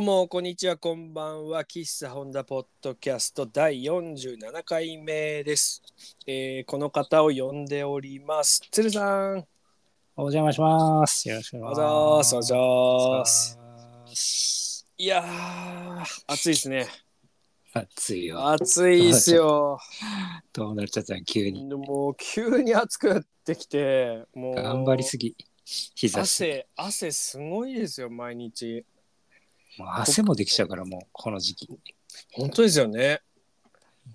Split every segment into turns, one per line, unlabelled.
もこんにちはこんばんは喫茶ホンダポッドキャスト第47回目です、えーこの方を呼んでおります鶴さん
お邪魔します。よろしくお
お
願
はいざ
し
ー
ま
お
すす。
ざーすいやー暑いですね
暑いよ。
暑いっすよ
どうなっちゃったの急に。
もう急に暑くなってきてもう
頑張りすぎ。日差し。
汗汗すごいですよ毎日
もう汗もできちゃうから、もうこの時期。
本当ですよね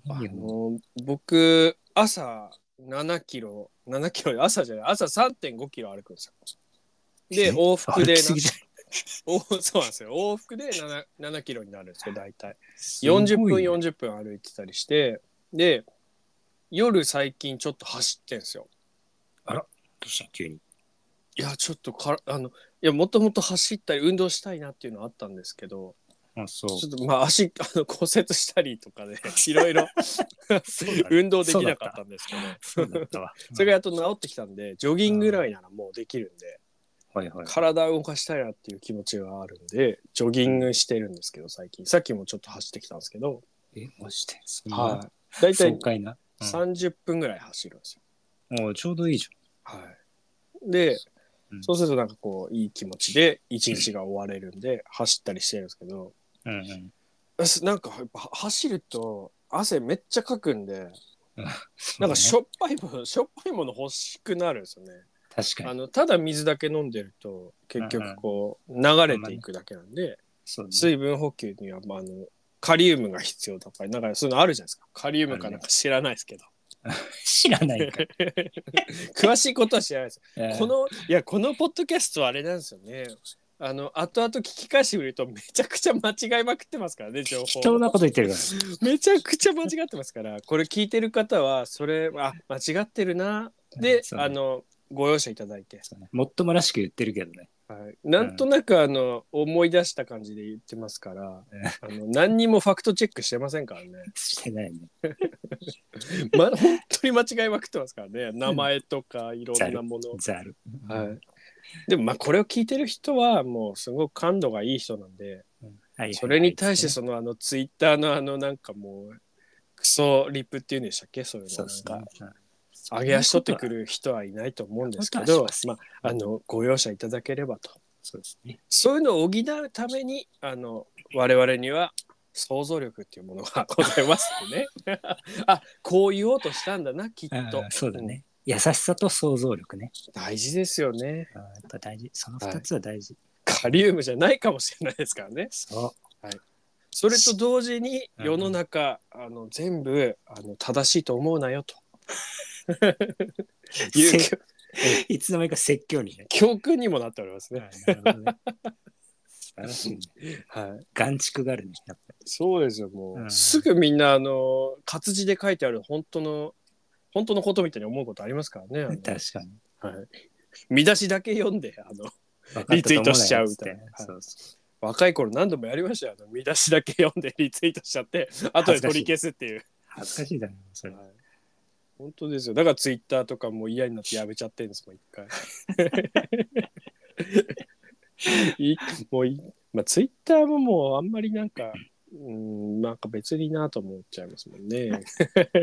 いいよ
あ
もう
の僕朝7キロ7キロ朝じゃない朝3.5キロ歩くんですよ。
え
で往復でな
歩きすぎじゃない
お そうなんですよ往復で 7, 7キロになるんですけど大体40分
すごいね
40分歩いてたりしてで夜最近ちょっと走ってんですよ。
どうした急に。
いやちょっとからあのいやもともと走ったり運動したいなっていうのはあったんですけど
あ、そう。
ちょっとまあ足あの骨折したりとかでいろいろ
そうだね
運動できなかったんですけど。
そうだったわ。
それがやっと治ってきたんで、ジョギングぐらいならもうできるんで、
はいはい。
体を動かしたいなっていう気持ちがあるんで、ジョギングしてるんですけど、最近。さっきもちょっと走ってきたんですけど、
え、マジで。そんな
はい。だいたい
爽快な。う
30分ぐらい走るんですよ。
んもうちょうどいいじ
はい。で
う、ん
そうするとなんかこう、いい気持ちで一日が終われるんで、走ったりしてるんですけど、
ゃん。うんうん。
すなんかやっぱ走ると汗めっちゃかくんで、
そ
な
うんだ
か
ね
しょっぱいもの、しょっぱいもの欲しくなるんですよね。
確か
あ
に。
のただ水だけ飲んでると結局こう流れていくだけなんで、
そうだね
水分補給には、まあ、あのカリウムが必要とかなんかそういうのあるじゃないですかカリウムかなんか知らないですけど、
知らないか
詳しいことは知らないです
ら。
このいやこのポッドキャストはあれなんですよねあの後々聞き返してみるとめちゃくちゃ間違いまくってますからね情報
適当なこと言ってるから。
めちゃくちゃ間違ってますからこれ聞いてる方はそれあ間違ってるなで、
そうね
あのご容赦いただいて
そうねもっともらしく言ってるけどね。
はい、なんとなくあの、思い出した感じで言ってますから、あの何にもファクトチェックしてませんからね、
してないね。
ま、本当に間違いまくってますからね名前とかいろんなもの、
ザル。
はい、でもまあこれを聞いてる人はもうすごく感度がいい人なんで
はい。
それに対してそのあのツイッターのあのなんかもうクソリップっていうんでしたっけそういうの
そう
なん
す
か
か。
上げ足取ってくる人はいないと思うんですけ
そんな
ど
ことはし
ま
ま
ああのご容赦いただければと。
そうですね。
そういうのを補うためにあの我々には想像力っていうものがございますね。 あこう言おうとしたんだなきっ
あ
と
ー。そうだね。優しさと想像力ね。
うん。大事ですよね。
あーやっぱ大事。その
は
2
い
つは大事。
カリウムじゃないかもしれないですからね。
そ
それと同時に
うん
世の中、あの全部あの正しいと思うなよと。
う。
いう
せ いつの間にか説教にね。
教訓にもなっておりますね。
あーなるほどね素晴らしいね。
はい。
眼蓄があるね。やっぱ
そうですよ。もう、
うん
すぐみんなあの活字で書いてある本当の本当のことみたいに思うことありますからね。あの
り確かに。
はい、見出しだけ読んであの
分かったと思うなよ
リツイートしちゃうみたいな
つって
はい
そうそ
若い頃何度もやりましたよあの見出しだけ読んでリツイートしちゃって後で取り消すっていう、
う恥ずかしいだろ、そ
はい
れ。、
本当ですよだからツイッターとかもう嫌になってやめちゃってるんですもん一 回いもういまあ、ツイッターももうあんまりなんかうんなんか別になと思っちゃいますもんね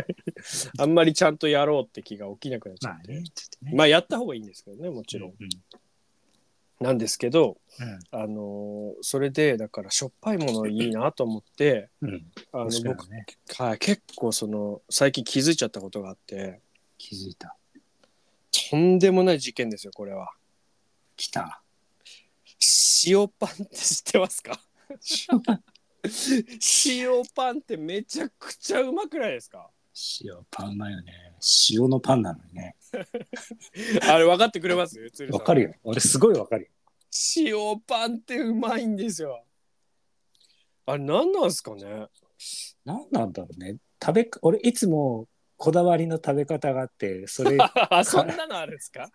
あんまりちゃんとやろうって気が起きなくなっちゃ
ま
っ
あ
て、
ね、ちょっとね。
まあやった方がいいんですけどねもちろん、
うん
なんですけど
うん
あのーそれでだからしょっぱいものいいなと思って
うん。
あの
確かに
僕、
ね、
はい、結構その最近気づいちゃったことがあって
気づいた。
とんでもない事件ですよこれは
来 た。
塩パンって知ってますか塩パンってめちゃくちゃうまくないですか
塩パンうまいよね。塩のパンなのにね。
あれ分かってくれます鶴さん
わかるよ。俺すごいわかるよ。
塩パンってうまいんですよあれ何なんですかね
何なんだろうね。食べか、俺いつもこだわりの食べ方があって、そ れ
あそんなのあるんですか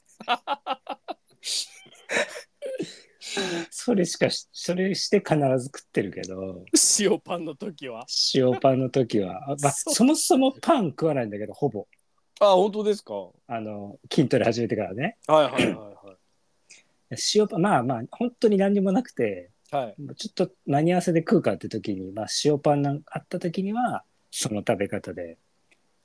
それしかし、それして必ず食ってるけど、
塩パンの時は
塩パンの時 は、あまあ、
そう
そもそもパン食わないんだけど、ほぼ。
あ本当ですかは
あの、筋トレ始めてからね。
いはいはいはい
塩パン、まあまあ、本当に何にもなくて、
はい。
ちょっと間に合わせで食うかって時に、まあ、塩パンなんかあった時にはその食べ方で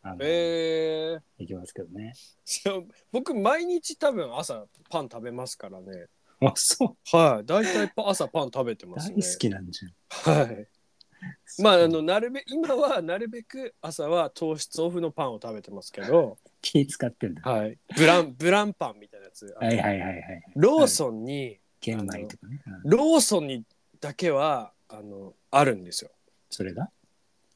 あの、
えー
いきますけどね。
そう、僕毎日多分朝パン食べますからね。
あそう
はい、大体パ朝パン食べてます
大
ね。
好きなんじゃん。
はい。まああのなるべ今はなるべく朝は糖質オフのパンを食べてますけど、
気使ってんだ。
はい。ブランブランパンみたいなやつ。
はいはいはいはい。
ローソンに
玄米とかね。うん
ローソンにだけはあのあるんですよ。
それが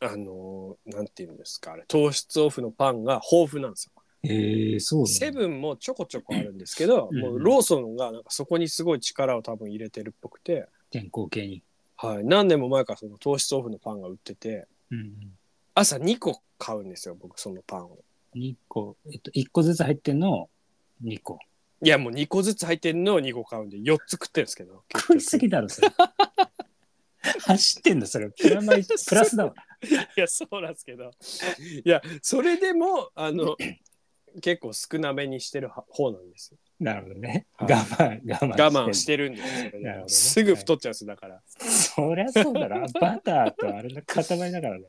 あのなんていうんですかあれ糖質オフのパンが豊富なんですよ。
ええそう
セブンもちょこちょこあるんですけど、
うん
もうローソンがなんかそこにすごい力を多分入れてるっぽくて、
健康系に。
はい、何年も前からその糖質オフのパンが売ってて
うん。
朝2個買うんですよ僕そのパンを。
2個、えっと、1個ずつ入ってんのを2個。
いやもう2個ずつ入ってんのを2個買うんで4つ食ってるんですけど結
食
局
いすぎだろ、それ。 走ってんだ、それ。プラマイ、プラスだわ。
いやそうなんですけどいやそれでもあ の結構少なめにしてる方なんですよ
なるほどね。
は
我
い
慢、我慢。
我慢してるんですよそれで
なるほどね
すぐ太っちゃうんですよだから、
そりゃそうだろ。バターとあれの塊だからね。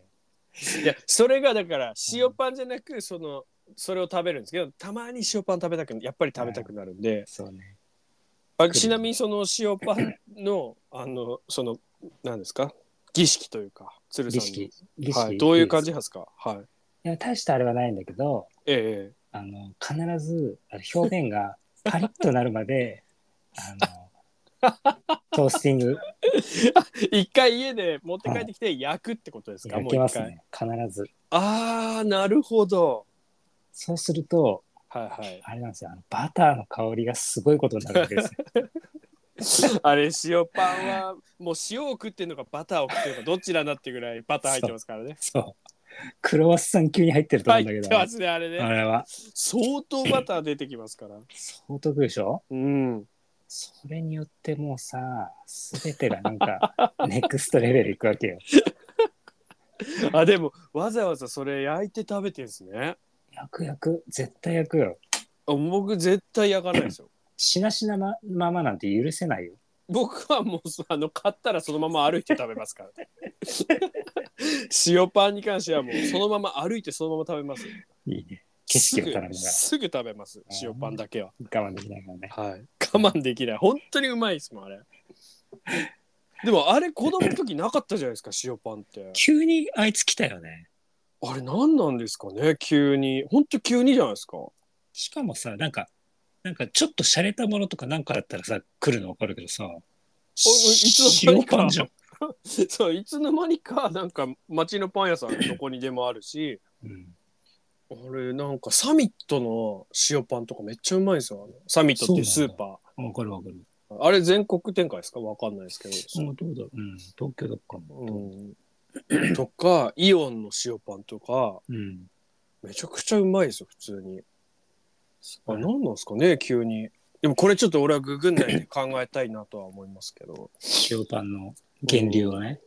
いやそれがだから塩パンじゃなくそのそれを食べるんですけどたまに塩パン食べたくやっぱり食べたくなるんで、
そうね。
あちなみにその塩パンのあのその何ですか儀式というか鶴さん
儀
の
式。儀式。
はい、どういう感じ
い
なんですかはい
や、大したあれはないんだけど、
え
あの、必ず、あの表面がパリッとなるまで、 あの、トースティング
え一回家で持って帰ってきて焼くってことですか、
焼
も
け
う
ま
一
す
回、
ね。必ず。
あーなるほど
そうすると、
はいはい
あれなんですよ。あのバターの香りがすごいことになるわけです よ。
あれ塩パンはもう塩を食ってるのかバターを食ってるのかどちらなってぐらいバター入ってますからね
そう。クロワッサン級に入ってると思う
入
んだけ
って
ど、
ますねあれね
あれは
相当バター出てきますから。
相当食うでしょ
うん。
それによってもうさ、すべてがなんか、 ネクストレベルいくわけよ。
あ、でも、わざわざそれ焼いて食べてんですね。
焼く焼く、絶対焼くよ。
あ僕、絶対焼かない ですよ。
しなしなまままなんて許せないよ。
僕はもう、そあの、買ったらそのまま歩いて食べ ますから。塩パンに関してはもう、そのまま歩いてそのまま食べます。
いいね。景色を頼みながら
すぐすぐ食べます、塩パンだけは。
我慢できないからね。
はい。我慢できない。本当にうまいですもん、あれ。でも、あれ、子供の時なかったじゃないで すか、塩パンって。
急にあいつ来たよね。
あれ、何なんですかね、急に。本当急にじゃないですか。
しかもさ、なんか、なんかちょっと洒落たものとかなんかだったらさ、来るのわかるけどさ、
つの間にか
塩パンじゃん。
そういつの間にかなんか町のパン屋さんどこにでもあるし
うん
あれなんかサミットの塩パンとかめっちゃうまいんですよあのサミットっていうスーパ
わかるわかる。
ーあれ全国展開ですかわかんないですけ
も
ど、
うどうだろう。うん、東京だっかも。
うん、とかイオンの塩パンとか
うん。
めちゃくちゃうまいですよ普通にあ何なんですかね急にでもこれちょっと俺はググん ないで考えたいなとは思いますけど
塩パンの源流をね。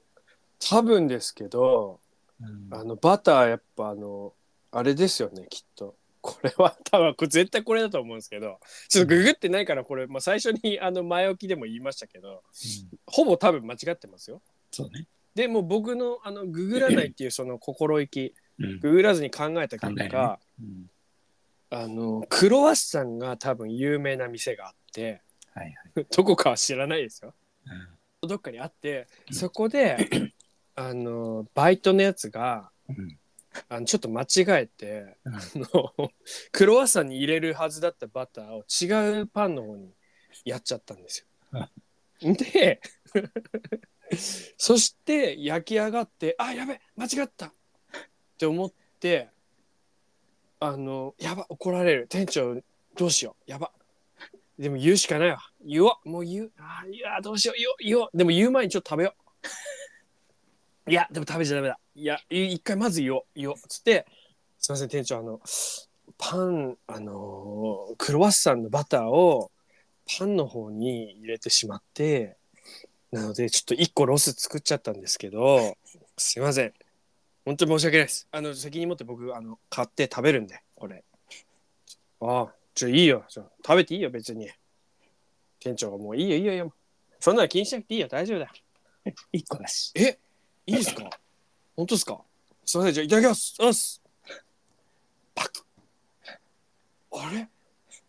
多分ですけど
うん
あのバターやっぱあのあれですよねきっとこれは多分これ絶対これだと思うんですけどちょっとググってないからこれ、まあ、最初にあの前置きでも言いましたけど
うん
ほぼ多分間違ってますよ
そうね。
でもう僕のあのググらないっていうその心意気
うん
ググらずに考えた結
考え
果
な、うん
あのクロワッサンが多分有名な店があって
はいはい。
どこかは知らないですよ
うん
どっかにあって
うん
そこであのバイトのやつが
うん
あのちょっと間違えて、
うん
あのクロワッサンに入れるはずだったバターを違うパンの方にやっちゃったんですよ。で そして焼き上がって「あやべ間違った!」って思って「あのやば怒られる店長どうしようやば」でも言うしかないわ言おうもう言うあーいやーどうしよう言おう言おうでも言う前にちょっと食べよういや、でも食べちゃダメだ。いや、い一回まず言おう、言おう。つって、すいません、店長、あの、パン、あのークロワッサンのバターをパンの方に入れてしまって、なので、ちょっと一個ロス作っちゃったんですけど、すいません。本当に申し訳ないです。あの、責任持って僕、あの、買って食べるんで、これ。ああ、ちょ、いいよ。ちょ食べていいよ、別に。店長がもういいよ、いいよ、いいよ。そんなの気にしなくていいよ、大丈夫だよ。
一個だし。
いいですか本当ですかすいません、じゃあいただきます。うっす。パクあれ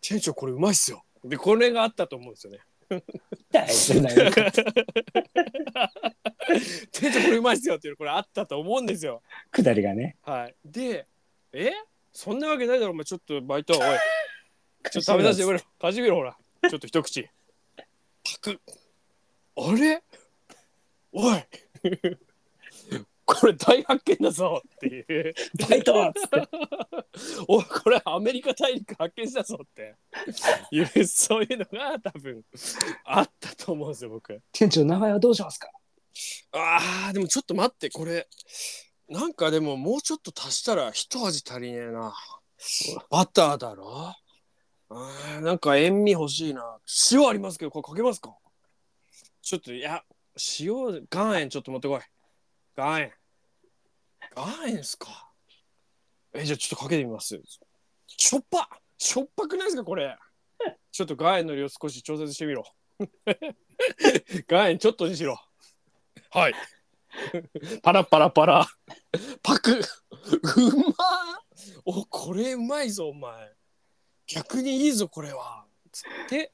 店長これうまいっすよ。で、これがあったと思うんですよね。
大丈夫だよ。
店長これうまいっすよっていうこれあったと思うんですよ。
くだりがね。
はい。で、えそんなわけないだろ、お前ちょっとバイト、おい。ちょっと食べさせてくれ。かじめろ、ほら。ちょっと一口。パクあれおいこれ大発見だぞっていう。
バイトっつって。
おいこれアメリカ大陸発見したぞっていうそういうのが多分あったと思うんですよ僕
店長、名前はどうしますか
あーでもちょっと待ってこれなんかでももうちょっと足したら一味足りねえなバターだろあーなんか塩味欲しいな塩ありますけどこれかけますかちょっといや塩岩塩ちょっと持ってこい岩塩岩塩っすかえじゃあちょっとかけてみますしょっぱしょっぱくないですかこれちょっと岩塩の量少し調節してみろ 岩塩ちょっとにしろはいパラパラパラパクうまーおこれうまいぞお前逆にいいぞこれはつって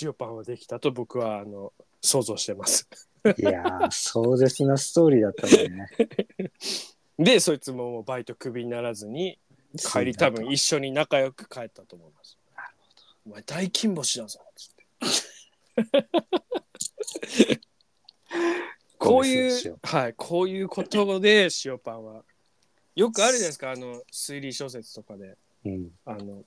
塩パンはできたと僕はあの想像してます
いやー、壮絶なストーリーだったもんね。
でそいつももうバイトクビにならずに帰り多分一緒に仲良く帰ったと思います。
なる
お前大金星だぞつって。こうい、
ごめんなさいう
はい、こういうことで塩パンは。よくあるじゃないですか、あの、推理小説とかで。
うん。
あの、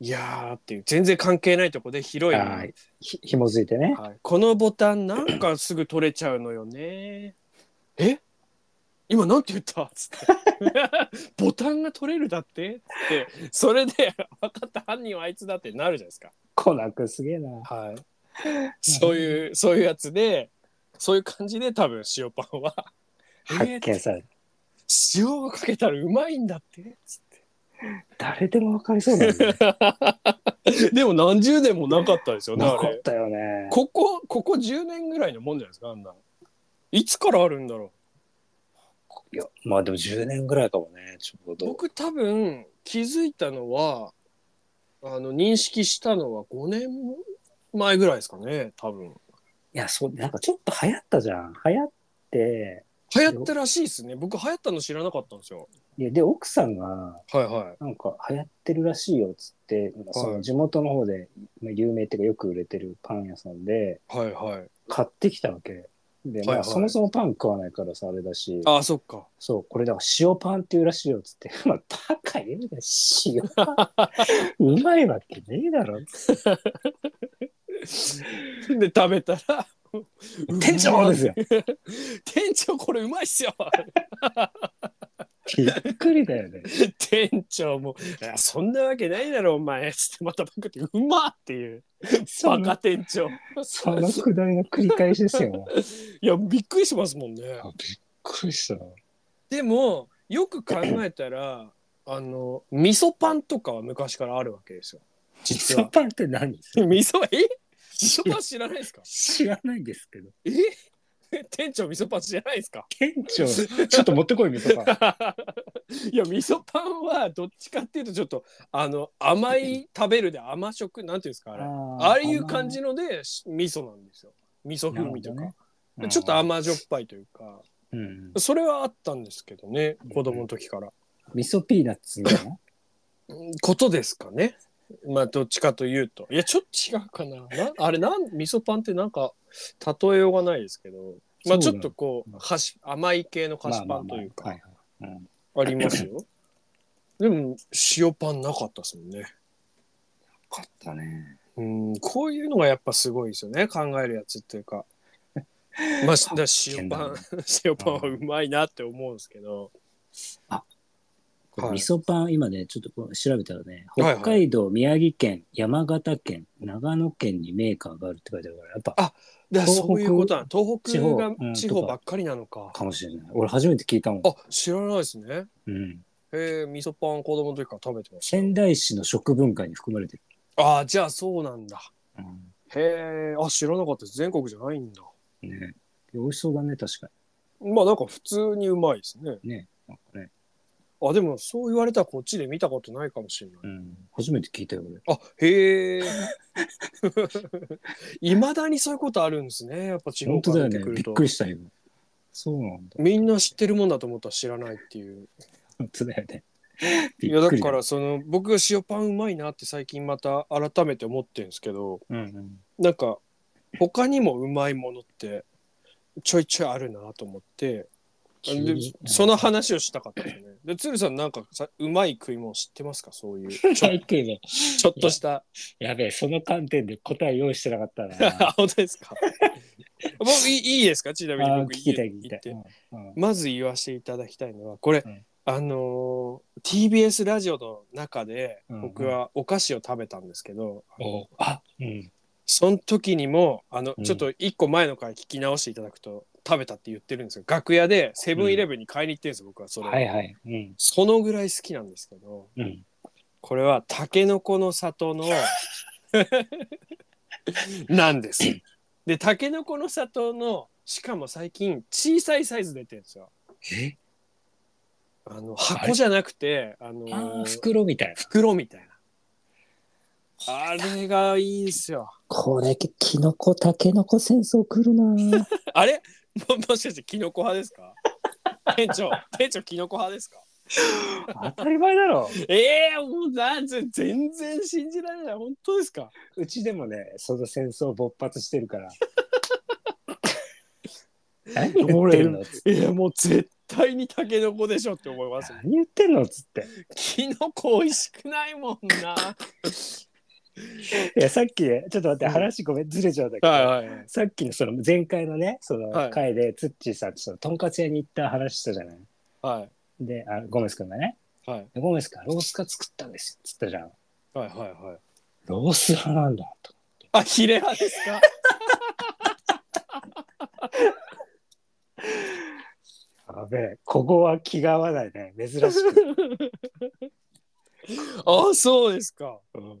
いやーっていう、全然関係ないとこで広い、
はい。ひ紐づいてね。
はい、このボタンなんかすぐ取れちゃうのよね。え今なんて言ったつって。 ボタンが取れるだってってそれで分かった犯人はあいつだってなるじゃないですか。
コナン君すげえな。
はい、そういうそういうやつでそういう感じで多分塩パンは「え
発
ー
見される。
塩をかけたらうまいんだって」つって
誰でもわかりそうだよ ね。
でも何十年もなかったですよね
な
あ
か
れ
ったよね。
ここここ10年ぐらいのもんじゃないですかあんないつからあるんだろう
いやまあでも10年ぐらいかもね、ちょうど。
僕多分気づいたのはあの認識したのは5年前ぐらいですかね多分
いや、そう、なんかちょっと流行ったじゃん。流行って、
流行ったらしいですね僕流行ったの知らなかったんですよ
いやで、奥さんが、
はいはい
なんか流行ってるらしいよっつって、その地元の方で、まあ有名っていうかよく売れてるパン屋さんで、
はいはい
買ってきたわけ。で、ま
は
あ
いはい
そもそもパン食わないからさ、あれだし、
あそっか
そう、これだから塩パンっていうらしいよっつって、 まあ、バカ言うな、塩パ ン。うまいわけねえだろ。
で食べた ら
店長です
よ
よ。
店長これうまいっすよ
びっくりだよね。
店長も「いやそんなわけないだろお前」つってまたパクって「うまっ!」っていう
そ
バ
の
カ店長
そ のくだりの繰り返しですよ。 もうびっ
いやびっくりしますもんね
くりした。
でもよく考えたら あの味噌パンとかは昔からあるわけですよ。実
実は
は
パンって何
味噌 え味噌パン知らないですか
知らないんですけど。
え店長味噌パン知らないですか
店長、ちょっと持ってこい、みそパン。
いや味噌パンはどっちかっていうとちょっとあの甘い食べるで甘食なんていうんですかあれああいう感じのでし味噌なんですよ味噌風味というか、
なるほどね
ちょっと甘じょっぱいというか
うん。
それはあったんですけどね子供の時から。
味噌ピーナッツみたいな。
ことですかね。まあどっちかというと。いやちょっと違うかな。なあれなん味噌パンってなんか例えようがないですけど、まあち
そうだね
ょっとこう菓子甘い系の菓子パンというか
まあ
あ
まあまあはいはいうん
ります よ。でも塩パンなかったですもんね。
よかったね。
うんこういうのがやっぱすごいですよね考えるやつっていうか。ま あ、だから塩パン 塩パンはうまいなって思うんですけど
これ
はい
味噌パン、今ね、ちょっとこう調べたらね、
はいはい
北海道、宮城県、山形県、長野県にメーカーがあるって書いてあるから、やっぱ、
だからそういうことなの東北
地方
が
うん
地方ばっかりなのか
かもしれない。俺初めて聞いたもん。
あ知らないですね
うん、
えー、味噌パン子供の時から食べてました
仙台市の食文化に含まれてる。
ああじゃあそうなんだへえ、あ、知らなかったです。全国じゃないんだ。
ね、美味しそうだね、確か
まあなんか普通にうまいですね。
に。ね。なんかね。
あ、でもそう言われたらこっちで見たことないかもしれな
う
い。
ん。初めて聞いたよ、俺。
あ、へえ。 いまだにそういうことあるんですね。やっぱ地
本
方か
当だ
ら
よ
出
ね
てく。
び
る
っ
と
く。りしたよ。そうなんだ。
みんな知ってるもんだと思ったら知らないっていう。
本当だよね。
いやだからその僕が塩パンうまいなって最近また改めて思ってるんですけど、
ら、うんうん、
なんか他にもうまいものってちょいちょいあるなと思って、
急
で
に
その話をしたかったですね。で、鶴さんなんかさうまい食い物知ってますかそういうちょ
最低ね。
ちょっとした。
やべえ、その観点で答え用意してなか ったな。
あ本当です か僕いいいいですかちなみに
あー聞
僕
きたい、聞き
言
た
っ
い。
て
うんうん
まず言わせていただきたいのはこれ、
うん
あのー TBS ラジオの中で
うんうん
僕はお菓子を食べたんですけど、
おあ、うん。
その時にもあの、
うん
ちょっと一個前の回聞き直していただくと食べたって言ってるんですが楽屋でセブンイレブンに買いに行ってるんですよ、僕はそれ、
はいはい。うん。
そのぐらい好きなんですけど
うん。
これはたけのこの里 のなんですでたけのこの里のしかも最近小さいサイズ出てるんですよ
え
あの箱じゃなくてあの
あー袋みたいな。
袋みたいなあれがいいんすよ
これ、キノコ、タケノコ戦争来るな。
あれももしかしてキノコ派です か店長店長キノコ派ですか
当たり前だろ。
ええもうなんぜ全然信じられない本当ですか
うちでもね、その戦争勃発してる から。何言ってんの
いやもう絶対にタケノコでしょって思います
何言ってんのっつって。
キノコ美味しくないもんない
や、さっき、ちょっと待って、
うん
話ごめん、ずれちゃうんだけど。
はいはい
さっきのその前回のね、そ
はい
の回で、ツッチーさんとそのとんかつ屋に行った話したじゃない。
はい
で、あゴメス君がね、
はい
ゴメス君がロースカツ作ったんですよ、つったじゃん。
はいはいはい
ロース派なんだと。
あヒレ派ですか
やべえ、ここは気が合わないね、珍し く。
あそうですか
うん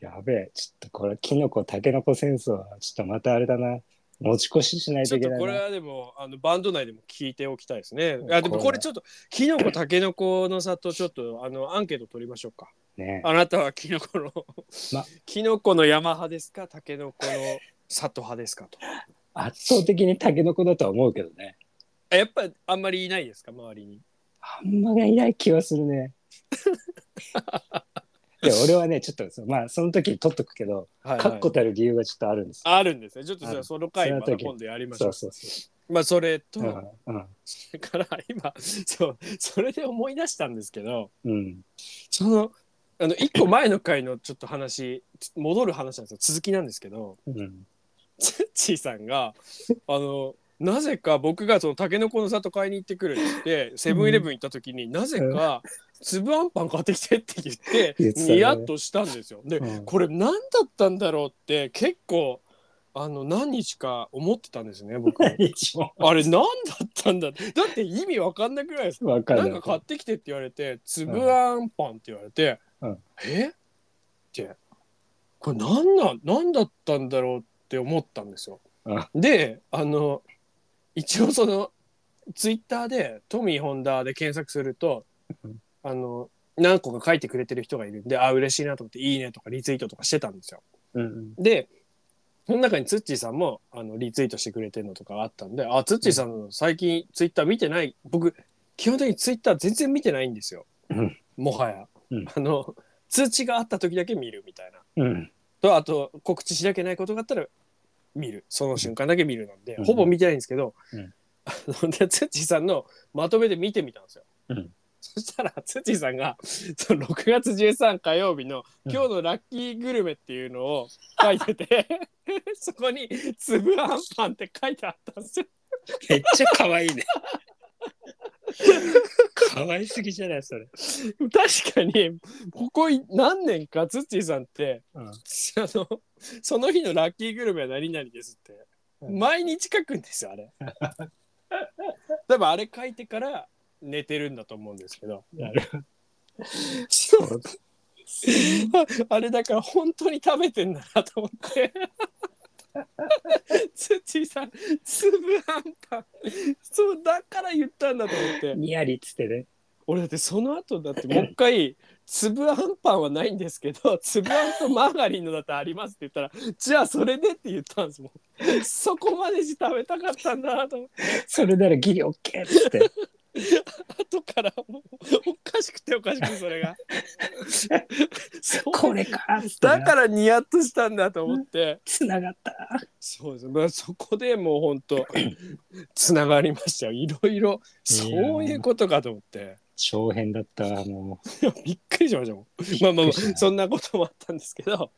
やべえ、ちょっとこれ、キノコ、タケノコ戦争は、ちょっとまたあれだな、持ち越ししない
ち
と
ょっ
いけ
と
ない
これ
な。
はでもあのバンド内でも聞いておきたいですねあでもこれちょっとキノコタケノコの里ちょっとあのアンケート取りましょうか
ね
あなたはキノコの、
ま
キノコの山派ですかタケノコの里派ですかと
圧倒的にタケノコだとは思うけどね。
あやっぱあんまりいないですか周りに
あんまりいない気はする ね。で俺はねちょっとそまあその時取っとくけど
はい
確固たる理由がちょっとあるんですよ。
あるんですねちょっとじゃ
あ
あ
る
その回ま
そ
た
の時
今度やりまし
そ
ょう
うそうそ
まあそれと、
う。うんうん
それから今そうそれで思い出したんですけど
うん
そのあの1個前の回のちょっと話戻る話なんですよ続きなんですけど
うん
チッチーさんがあのなぜか僕がそのタケノコの里買いに行ってくるって言ってセブンイレブン行った時になぜか粒あんぱん買ってきてって言って
言ってたね
ニヤッとしたんですよ。で
うん
これ何だったんだろうって結構あの何日か思ってたんですね 僕。あ
一応
れ何だったんだってだって意味わかんなくないですか
わか
な
る
んか買ってきてって言われて粒あんパンって言われて、
うん
えってこれ何なん何だったんだろうって思ったんですよ。
う
であの一応そのツイッターでトミー・ホンダで検索すると、
うん
あの何個か書いてくれてる人がいるんであ嬉しいなと思って「いいね」とかリツイートとかしてたんですよ。
うん
でその中にツッチーさんもあのリツイートしてくれてるのとかあったんであツッチーさんの最近ツイッター見てない僕基本的にツイッター全然見てないんですよ、
うん
もはや、
うん
あの通知があった時だけ見るみたいな
うん
とあと告知しなきゃいけないことがあったら見るその瞬間だけ見るなんで、
うん
ほぼ見てないんですけど、
うん
あのでツッチーさんのまとめで見てみたんですよ、
うん
そしたらツッチーさんがその6月13火曜日の「
うん
今日のラッキーグルメ」っていうのを書いてて、 そこに「粒あんパン」って書いてあったんですよ。
めっちゃ可愛いね。可愛すぎじゃないそれ。
確かにここ何年かツッチーさんって
うん
あの、その日のラッキーグルメは何々ですって、
うん
毎日書くんですよ、あれ。 多分あれ書いてから寝てるんだと思うんですけど。
なる
そうあれだから本当に食べてんだなと思 って。土井さん粒あんパンそうだから言ったんだと思って
にやりっつってね。
俺だってその後だってもう一回「粒あんパンはないんですけど粒あんとマーガリンのだってあります」って言ったら「じゃあそれで」って言ったんですもんそこまでして食べたかったんだなと思って
それならギリオッケーっつって。
後からもうおかしくておかしくてそれがそう
これかっつってな。
だからニヤッとしたんだと思って、
つながった。
そうです、まあ、そこでもう本 当つながりましたよいろいろそういうことかと思って
長編だったわも
いやびっくりしましたもんまあまあ、ま
びっくりした
あ、そんなこともあったんですけど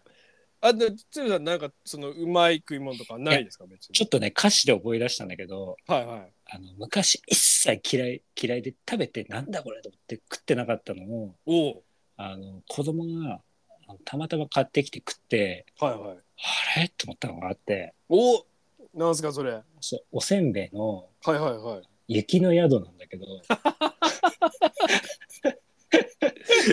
あでつぶさんなんかそのうまい食い物とかないですか別
う。
に
ちょっとね、歌詞で覚え出したんだけど、
はいはい
あの昔一切嫌い、嫌いで食べて、なんだこれと思って食ってなかったのを、
おう
あの子供があのたまたま買ってきて食って、
はいはい
あれと思ったのがあって、
おなんすかそれはい
そうおせんべいの
はいはい
雪の宿なんだけど、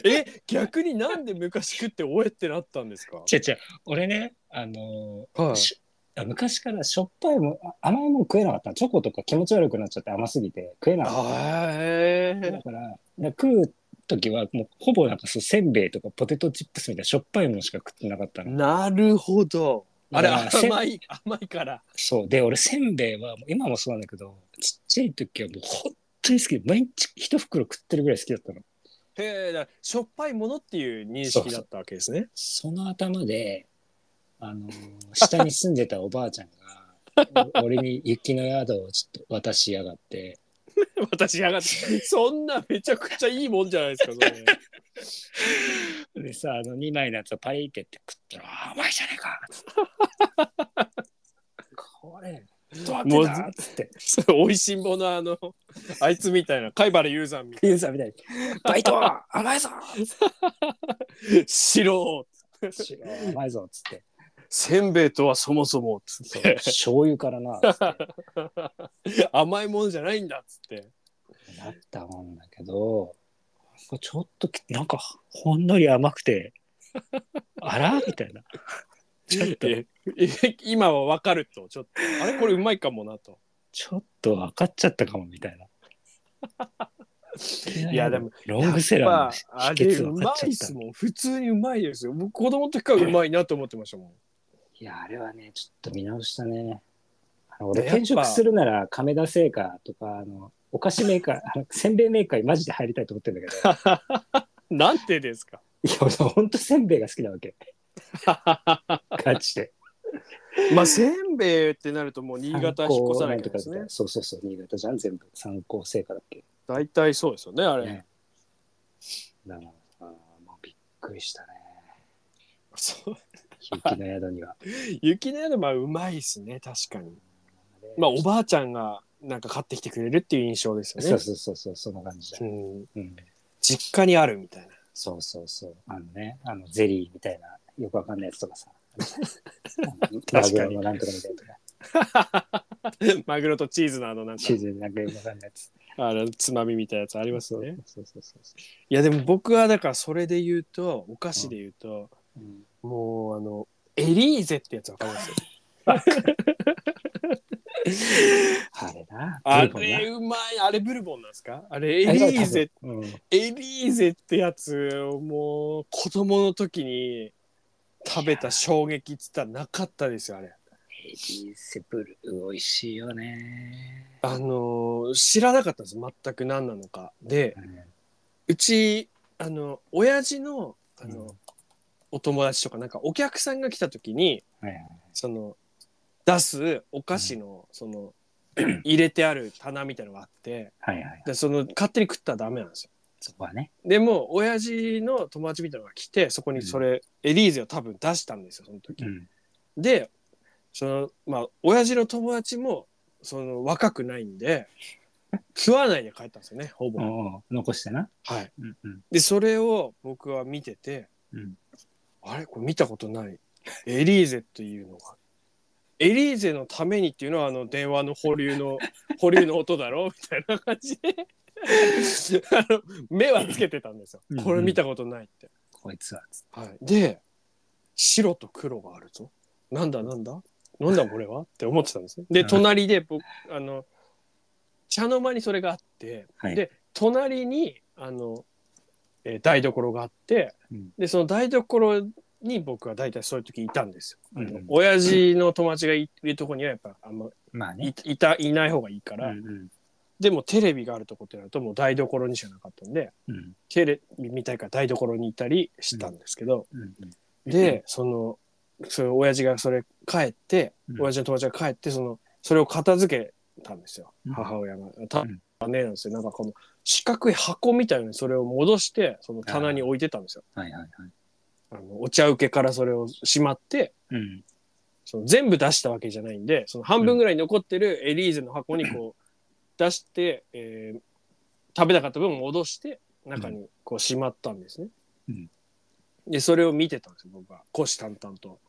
え逆になんで昔食っておえってなったんですか
違う違う、俺ね、あの、
はい
しあ昔からしょっぱいもんあ甘いもん食えなかったのチョコとか気持ち悪くなっちゃって甘すぎて食えなかったの
へえ
だからだから食う時はもうほぼなんかそうせんべいとかポテトチップスみたいなしょっぱいものしか食ってなかったの。
なるほど。あれ
だからせん
甘い甘いから。
そうで俺せんべいはもう今もそうなんだけどちっちゃい時はもう本当に好きで毎日一袋食ってるぐらい好きだったの。
へえ、だからしょっぱいものっていう認識だったわけ ですね。
その頭であのー下に住んでたおばあちゃんが お俺に雪の宿をちょっと渡しやがって。
私やがってそんなめちゃくちゃいいもんじゃないですか。それ
でさあの2枚のやつをパリってって食ったら「あーうまいじゃねえか!」これどうやってだっつって
それ 美味しんぼのあ のあいつみたいな貝原雄山みた
ユーザーみたいに「バイトは甘いぞ!
いな白
白い」甘いぞ」っつって
せんべいとはそもそもっつ
そ
っ
う
て
醤油からなっつって
甘いものじゃないんだっつって。
なったもんだけどちょっときなんかほんのり甘くてあらみたいなちょっと
ええ今はわかるとちょっとあれこれうまいかもなと。
ちょっと分かっちゃったかもみたいな。
いやでも
ロングセラー
やっぱあ
の秘
れ
訣
う
分か
ま
っちゃ
い
っ
ったすもん普通にうまいですよ僕子供の時からうまいなと思ってましたもん
いや、あれはね、ちょっと見直したね。あの俺、
ねやっぱ
転職するなら、亀田製菓とか、あの、お菓子メー カー、あのせんべいメーカーにマジで入りたいと思ってるんだけど、
なんてです か
いや、俺、ほんとせんべいが好きなわけ。ガチで。
まあせんべいってなるともう新潟引っ越さないとです
参考なんとかみたい
ね
なそうそうそう、新潟じゃん、全部。参考製菓だっけ。
大体そうですよねあれ、
ねだから、あーもうびっくり したね。
そう
雪の宿には。
雪の宿まあうまいですね確かにまあおばあちゃんがなんか買ってきてくれるっていう印象ですよね
そうそうそうそう、そんな感じだ。
うん、
うん。
実家にあるみたいな
そうそうそう。あのね、あのゼリーみたいな、よくわかんないやつとかさ。 マ
確
グ
か
ロ
に
のなんとかみたいなとか、
マグロとチーズのあのなんか
チーズでなんかよくわかんないやつ。
あのつまみみたいなやつありますね
そうそうそうそ
いやでも僕はだからそれで言うとお菓子で言うと、
う。うん
もうあのエリーゼってやつわかります
あれな。
あ
ブルボン
れ
な
うまいあれブルボンなんですかあれエリーゼ。
あれが多分うん
エリーゼってやつをもう子供の時に食べた衝撃っつったらなかったですよあれ
エリーセブル、美味しいよね。
あのー知らなかったんです全く何なのかで
うん
うちあの親父のあの、
うん
お友達とかなんかお客さんが来た時に
はいはい
その出すお菓子の、その 入れてある棚みたいのがあって
はいはい。
でその勝手に食ったらダメなんですよ
そこはね。
でも親父の友達みたいなのが来てそこにそれ、エリーゼを多分出したんですよその時。
ん。
でそのまあ親父の友達もその若くないん で食わないで帰ったんですよねほぼ。
おう残してな。
はい、
うんうん。
でそれを僕は見てて、
うん
あれこれ見たことないエリーゼっていうのが。エリーゼのためにっていうのはあの電話の保留 の保留の音だろみたいな感じであの目はつけてたんですよ
うんうん
これ見たことないって
こいつは。つって
はい、で白と黒があるぞなんだなんだなんだこれはって思ってたんですねで
うん
隣で僕あの茶の間にそれがあって、
はい
で隣にあの、えー台所があって、
うん
でその台所に僕は大体そういう時いたんですよ。あの
うん
親父の友達がい いるとこにはやっぱあんま
まあ
い
ね。
いたいない方がいいか
う
ら、
ん
でもテレビがあるとこってなるともう台所にしかなかったんで
うんうん
テレビ見たいから台所にいたりしたんですけど、
うんうん
で、その、それ親父がそれ帰って、
うん
親父の友達が帰って、その、それを片付けたんですよ。
うん
母親が。た
うん
ねなんですよ。なんかこの四角い箱みたいなのにそれを戻して、その棚に置いてたんですよ。
はいはいはい。
あのお茶受けからそれをしまって、
うん
その全部出したわけじゃないんで、その半分ぐらい残ってるエリーゼの箱にこ う、出して、えー食べたかった分戻して、中にこうしまったんですね。
うん
で、それを見てたんですよ、僕は。虎視眈々と。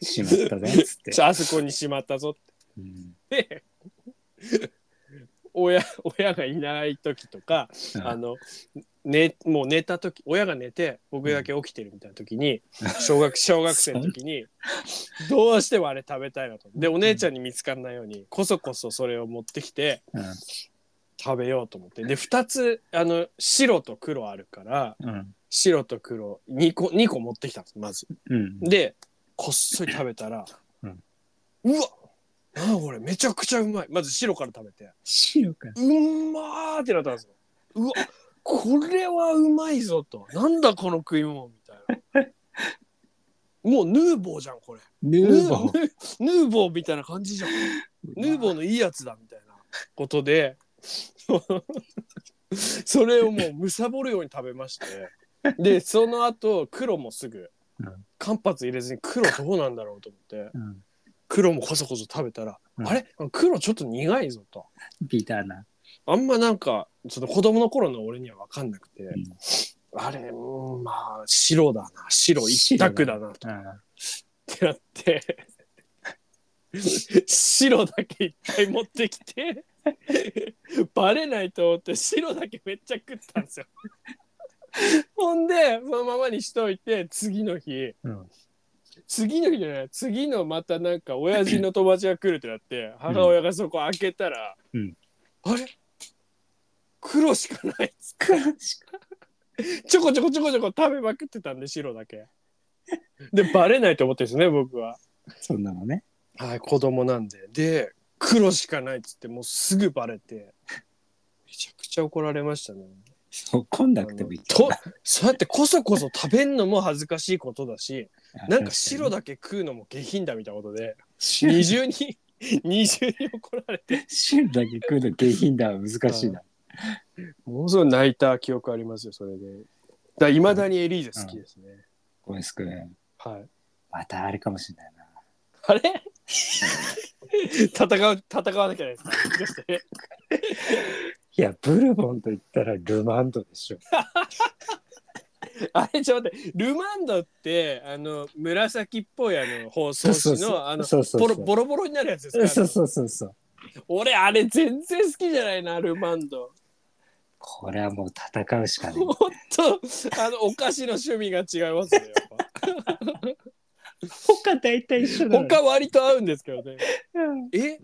しまったぜ、つって
じ。ゃああそこにしまったぞ
うん
って 親親がいない時とか、
うん
あのね、もう寝た時親が寝て僕だけ起きてるみたいな時に、小 学小学生の時にどうしてもあれ食べたいなとでお姉ちゃんに見つかんないようにこそこそそれを持ってきて
うん
食べようと思ってで2つあの白と黒あるから
うん
白と黒2個2個持ってきたんですまず。
うん
でこっそり食べたら、
う
うんわなあこれめちゃくちゃうまいまず白から食べて
白か。
うんまーってなったんですようわこれはうまいぞとなんだこの食い物みたい なもうヌーボーじゃんこれ
ヌーボー。
ヌヌヌーボーみたいな感じじゃんヌーボーのいいやつだみたいなことで それをもうむさぼるように食べましてでその後黒もすぐ
うん
間髪入れずに黒どうなんだろうと思って
うん
黒もこそこそ食べたら、
うん
あれ黒ちょっと苦いぞと
ビターな。
あんまなんかその子供の頃の俺には分かんなくて、
ん
あれうんまあ白だな白一択だなと
うん
ってなって白だけ一回持ってきてバレないと思って白だけめっちゃ食ったんですよほんでそのままにしといて次の日
うん
次の日じゃない次のまたなんか親父の友達が来るってなって母親がそこ開けたら、
うん
あれ黒しかないっつって
し
ちょこちょこちょこちょこ食べまくってたんで白だけでバレないと思ってるんですね僕は
そんなのね。
はい、子供なんで。で、黒しかないっつって、もうすぐバレて、めちゃくちゃ怒られましたね。
怒んなくてもいいけ
と
どな。、
そうやってこそこそ食べんのも恥ずかしいことだし、なんか白
だ。
だけ食うのも下品だみたいなことで、
白
二重に、 二重に怒られて、
白だけ食うの下品だ。難しいな。
ものすごい泣いた記憶ありますよ、それで。だいまだにエリーゼ好きですね。
ゴイスくん。
はい。
またあれかもしれないな。
あれ 戦う、戦わなきゃいけないですか。どうして
いや、ブルボンと言ったらルマンドでしょ。
あれちょっと待ってルマンドってあの紫っぽいあの包装紙のあの
そうそう
ボ
そ
ロ
う。
ボロボロになるやつです
そ
か
うそうそうそうそう。
俺あれ全然好きじゃないなルマンド
これはもう戦うしかない。
ほんとあのお菓子の趣味が違いますねやっ ぱ
他大体一緒だ
他割と合うんですけどねえ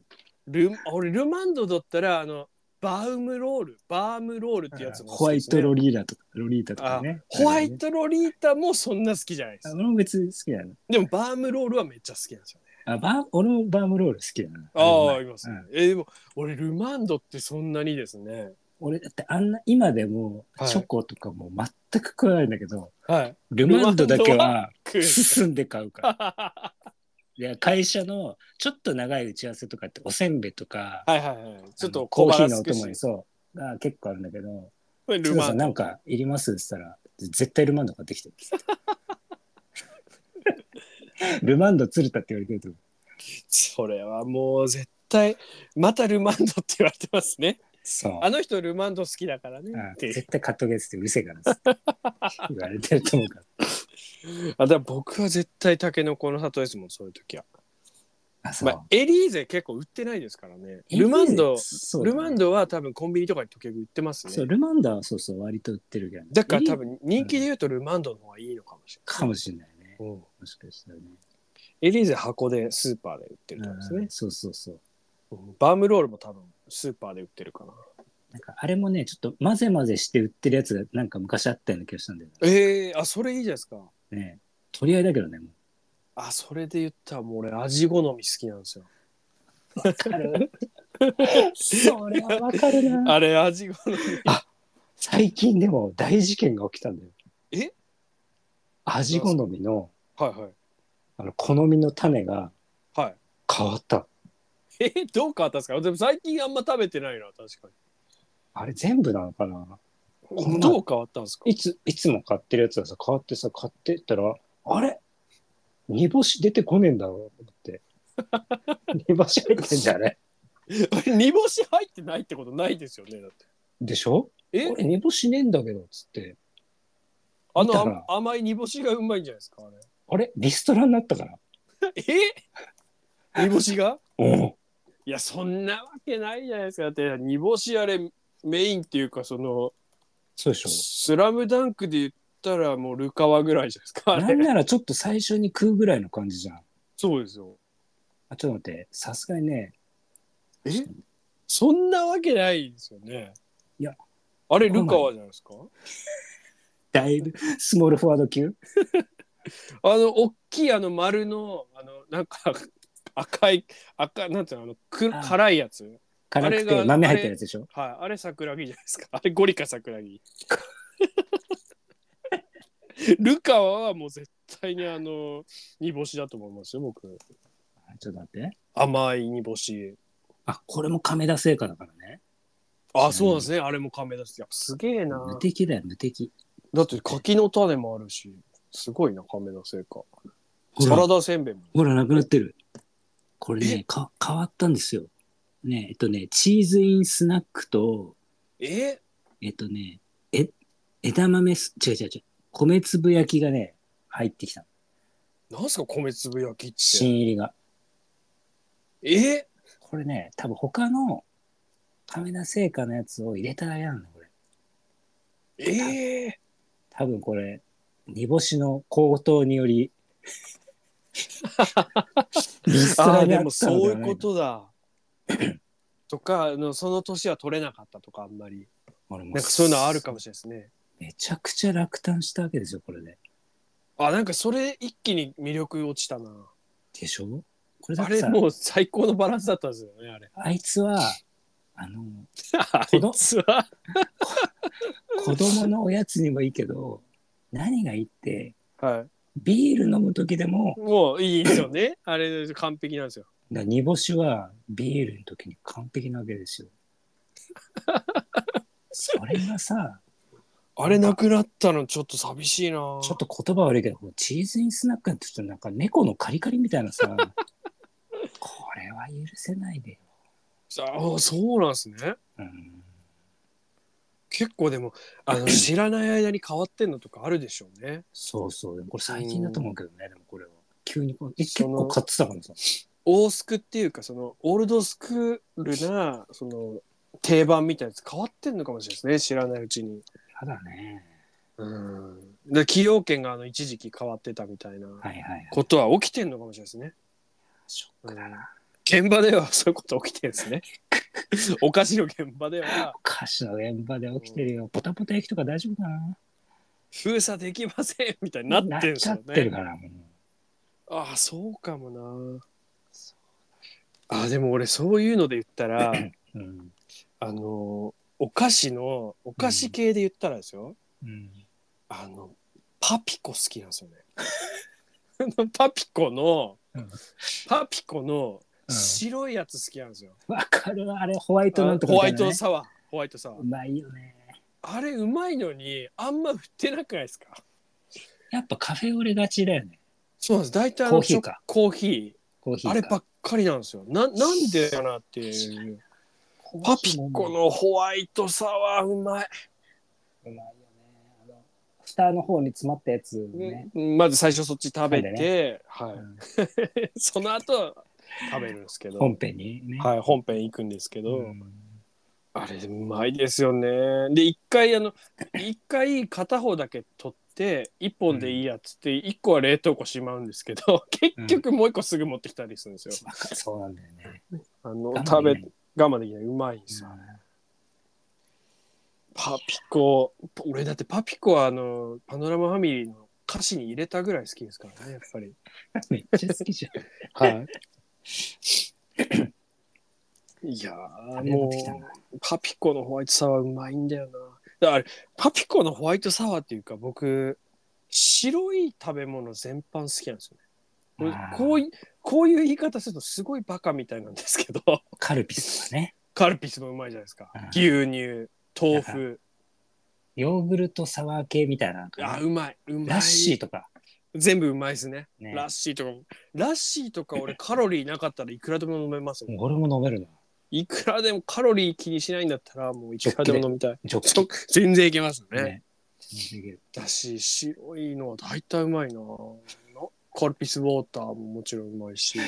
ル俺ルマンドだったらあのバウムロールバームロールってやつも好き
ホワ
で
イ
すね、
トロリーダとか、ロリータとかね。
ホワイトロリータもそんな好きじゃないで
あ
す
俺も別に好きだな。
でもバームロールはめっちゃ好きなんですよ
あ、バー俺もバームロール好きだな。
ああ、
れうまい
います、
うん
えーでも、俺、ルマンドってそんなにですね。
俺だってあんな、今でも
はい
チョコとかもう全く食わないんだけど、
はい。
ルマンドだけ
ルマ
は
食う
進んで買うから。いや、会社のちょっと長い打ち合わせとかっておせんべいとか、
はいはいはい。ちょっ
あの
と
コ
小
ーヒー
腹
のお
すくし
供にそう、が結構あるんだけど、
これ
ル
ル
マ
マ
ン
ン
なん
ド。
かいりますって言ったら、絶対ルマンド買ってきてる っつって。ルマンド鶴田って言われてると思う
それはもう絶対、またルマンドって言われてますね。
そう。
あの人、ルマンド好きだからね
あ
っていう
絶対買っとけっつってうるせえからっつって 言われてると思うから。
あ、だから僕は絶対、タケノコの里ですもん、そういう時は。
あそう、
まあ、エリーゼ結構売ってないですからね。ルマンド、ルマン
ド
ドは多分コンビニとかに時々売ってます
そう
ね。
ルマンドはそうそう割と売ってるけど、ね、
だから多
エリ
分人気で言うとルマンドの方がいいのかもしれない。
かもしれないね
うん、
もしかしたらね
エリーゼ箱でスーパーで売ってると思うんです
う
ね
ん。そうそうそう
うんバームロールも多分スーパーで売ってるかな。
なんかあれもねちょっと混ぜ混ぜして売ってるやつがなんか昔あったような気がしたんだよ
ええあ、それいいじゃないですか。
ねね取り合いだけどねも
あ、それで言ったらもう俺味好み好きなんですよ。
うわかる それはわかるな
あれ味好み。
最近でも大事件が起きたんだよ
え
味好みの
はいはい。
あの好みの種が
はい。
変わった
えーどう変わったんですかでも最近あんま食べてないな、確か
あれ全部なのかなの
に。
前
どう変わったんですか
いついつも買ってるやつがさ変わってさ買ってったらあれ煮干し出てこねえんだろう と思って煮干し入ってんじゃね
煮干し入ってないってことないですよね、だって。
でしょ
え
俺煮干しねえんだけどっつって
あ
見たら
のあ甘い煮干しがうまいんじゃないですか、あ
あれリストラになったから
れ。 え煮干しが
お
いや、そんなわけないじゃないですか。だって煮干しあれメインっていうか、その、
そうでしょ
スラムダンクで言ったらもうルカワぐらいじゃないですか、あ
なん
れ。
ならちょっと最初に食うぐらいの感じじゃん
そうですよ。
あちょっと待ってさすがにね
えそんなわけないですよね。
いや。
あれ、ルカワじゃないですか
だ いぶスモールフォワード級
あの大きいあの丸のあのなんか 赤い赤なんていうのあのく
あ
辛いやつはい
辛く
あれ
て
が
豆入ってるやつでしょ
あれ桜木じゃないですかあれゴリか桜 木ルカワはもう絶対にあの煮干しだと思いますよ僕
ちょっと待って
甘い煮干し
あこれも亀田製菓だからね
あそうなんですねあれも亀だしやっぱすげえな
無敵だよ無敵
だって柿の種もあるしすごいな亀田製菓
ほ
サ
ら
ラダせんべいも
ほら、なくなってる。これね、か、変わったんですよ。ね、えっとね、チーズインスナックと、
え
えっとね、え、枝豆す、違う違う違う、米粒焼きがね、入ってきたの。
なんすか米粒焼きって
新入りが。
え
これね、多分他の、亀田製菓のやつを入れただけなんだ、これ。
ええ
多分これ、煮干しの高騰により、リスト
あ
ラ
あ
に
で
あ
も
った
そ
ので
う
はないいう
ことだ。 とかあのその年は取れなかったとかあんまり
俺も
なんかそういうのあるかもしれないですね。
めちゃくちゃ落胆したわけですよ、これで。
あなんかそれ一気に魅力落ちたな。
でしょこれだ
あ
って
れ
さ、
もう最高のバランスだったんですよねあれ。
あいつは、あの、
あ
この
いつは
子供のおやつにもいいけど、何がいいって、
は
ビール飲む時でも
い、もういいですよね。あれ完璧なんですよ。
な煮干しはビールの時に完璧なわけで すよ。それがさ、
あれなくなったのちょっと寂しいな。
ちょっと言葉悪いけど、こうチーズインスナックってちょっとなんか猫のカリカリみたいなさ、これは許せないでよ。
ああそうなんですね。
うん、
結構でもあ の知らない間に変わってんのとかあるでしょうね。
そうそう、でもこれ最近だと思うけどね、でもこれは。急にこう、え結
その
構買ってたからさ。
オースクっていうかそのオールドスクールなその定番みたいなやつ変わってんのかもしれないですね知らないうちに。
やだね。
うん。で崎陽軒があの一時期変わってたみたいな
はいはいはい。
ことは起きてんのかもしれないですね。
ショックだな。
現場では そういうこと起きてるん ですね。お菓子の現場では
歌手の現場で起きてるよ。ポタポタ焼きとか大丈夫かな
封鎖できませんみたいになってるんですよ
なっちゃってる
ね。
から、もう。
ああそうかもな。ああでも俺そういうので言った ら
うん。
あのお菓子のお菓子系で言ったらですよ。
うん。
あの、パピコ好きなんですよね。あの パピコの
うん、
パピコの
うん
白いやつ好きなんですよ。
わかるわ、あれ、ホワイト
あ
なんとか
ホワ
みた
イ
いなね
トサワー、ホワイトサワー
う。まいよね。
あれうまいのに、あんま売ってなくないですか
やっぱカフェオレがちだよね。
そうなんです。大体あの
コーヒーか
コーヒ
コーヒー
ー。
か。
あればっかりなんですよ。ななんでかなっていう。パピコ。のホワイトサワーうまい。
うまいよね。あの、蓋の方に詰まったやつね。
うんまず最初そっち食べて、は
うん
い。その後、食べるんですけど、
本編にね。
はい、本編行くんですけど、
うん
あれうまいですよね。で一回あの一回片方だけ取って一本でいいやっつって一個は冷凍庫しまうんですけど 結局もう一個すぐ持ってきたりするんですよ。
わかそうなんだよね。
あの
我慢
食べ
できない
我慢できないうまいんですよ。パピコ俺だってパピコはあのパノラマファミリーの歌詞に入れたぐらい好きですからねやっぱり。
めっちゃ好きじゃん。はい。
いや
あ
ー
れ持
も
ってきた
う
な。
パピコのホワイトサワーうまいんだよな。だからパピコのホワイトサワーっていうか僕白い食べ物全般好きなんですよね。これ
あー
こういこういう言い方するとすごいバカみたいなんですけど
カルピスとかね。
カルピスもうまいじゃないですか
うん
牛乳豆腐
ヨーグルトサワー系みたいなのと
あ
かね、
うまいうまい
ラッシーとか。
全部うまいですね
ね
ラッシーとかもラッシーとか俺カロリーなかったらいくらでも飲めますもん
もう俺も飲めるな。
いくらでもカロリー気にしないんだったらもういくらでも飲みたい
ジョッ
ちょ全然いけます
キ
ね
ね。全然いける
だし白いのは大体うまいななカルピスウォーターももちろんうまいし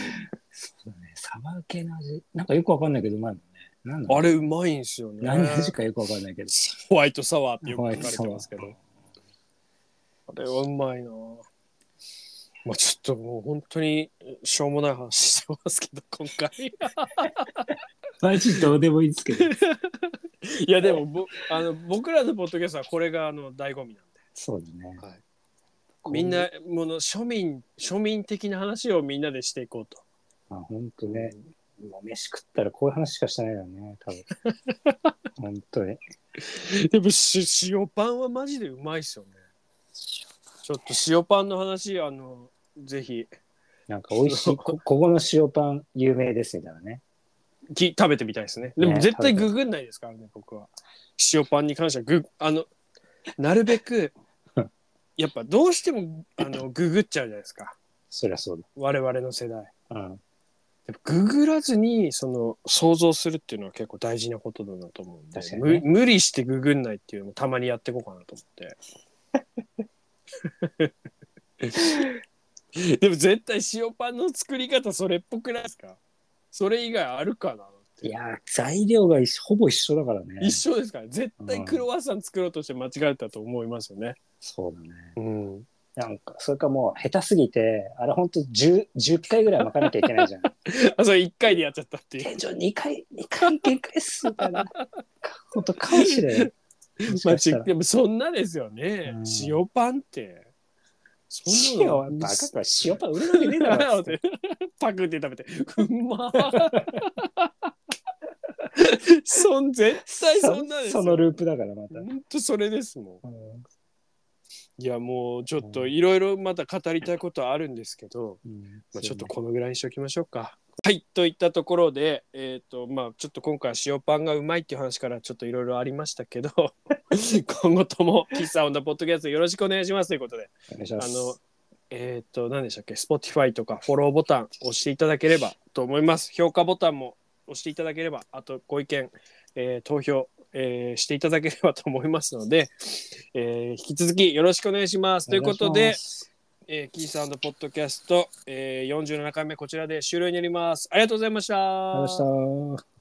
そうだね。サワー系の味。なんかよくわかんないけど、うまいもんね。なんだろう
あれうまいんですよね
何味かよくわかんないけど。
ホワイトサワーってよ
ホワ
く
イ
書か
ト
れ
サ
て
ワ
ますけど
ー。
あれはうまいなまあちょっともう本当にしょうもない話してますけど今回
マジどうでもいいですけど。
いやでもぼあの僕らのポッドキャストはこれがあの醍醐味なんで
そうだね。
はいみんなもの庶民庶民的な話をみんなでしていこうと
あ、ほんとね。もう飯食ったらこういう話しかしてないよね、多分。 ほんとに。
でもし塩パンはマジでうまいっすよねちょっと塩パンの話あのぜひ
なんか美味 しい、こここの塩パン有名ですみたいなね。
き食べてみたいですね。でも
ね
絶対
食べたい
ググんないですからね、僕は。塩パンに関してはグ、あの、なるべ く、やっぱどうしてもあのググっちゃうじゃないですか。
そりゃそう
我々の世代。
だ。うん。
でもググらずにその想像するっていうのは結構大事なことだなと思うんで、
確かにね
む無理してググんないっていうのもたまにやっていこうかなと思っ て。でも絶対塩パンの作り方それっぽくないですかそれ以外あるかなって
いやー、材料が一緒ほぼ一緒だからね。
一緒ですから絶対クロワッサン作ろうとして間違えたと思いますよね。
そうだね。
うん、
なんか、それかもう下手すぎて、あれほんと 10, 10回ぐらい巻かなきゃいけないじゃん。
あそれ1回でやっちゃったって いう。
天井2回、2回限界っすみ たいな。ほんとかもしれない。もし
まあ、
かし
ち
たら
でもそんなですよね。
うん
塩パンって。そんな
塩
の
はバカか、塩パン売れるわけねえだろっつって。
パクって食べて。うまそん絶対そんなです
そ
よ。
のループだからまた。
本当それですも
うん
ん。いやもうちょっといろいろまた語りたいことはあるんですけど。まあ、ちょっとこのぐらいにしておきましょうか。はいといったところで、えーとまあ、ちょっと今回は塩パンがうまいっていう話からちょっといろいろありましたけど 今後とも「喫茶オンダポッドキャスト」よろしくお願いしますということで
お願いし
あ
ます
のえっ、と何でしたっけ Spotify とかフォローボタン押していただければと思います評価ボタンも押していただければあとご意見、えー投票、えーしていただければと思いますので、えー引き続きよろしくお願いしますということ
お願
で
いします
えー、キーサンドポッドキャスト、えー、47回目こちらで終了になります。ありがとうございました。
ありがとうございました。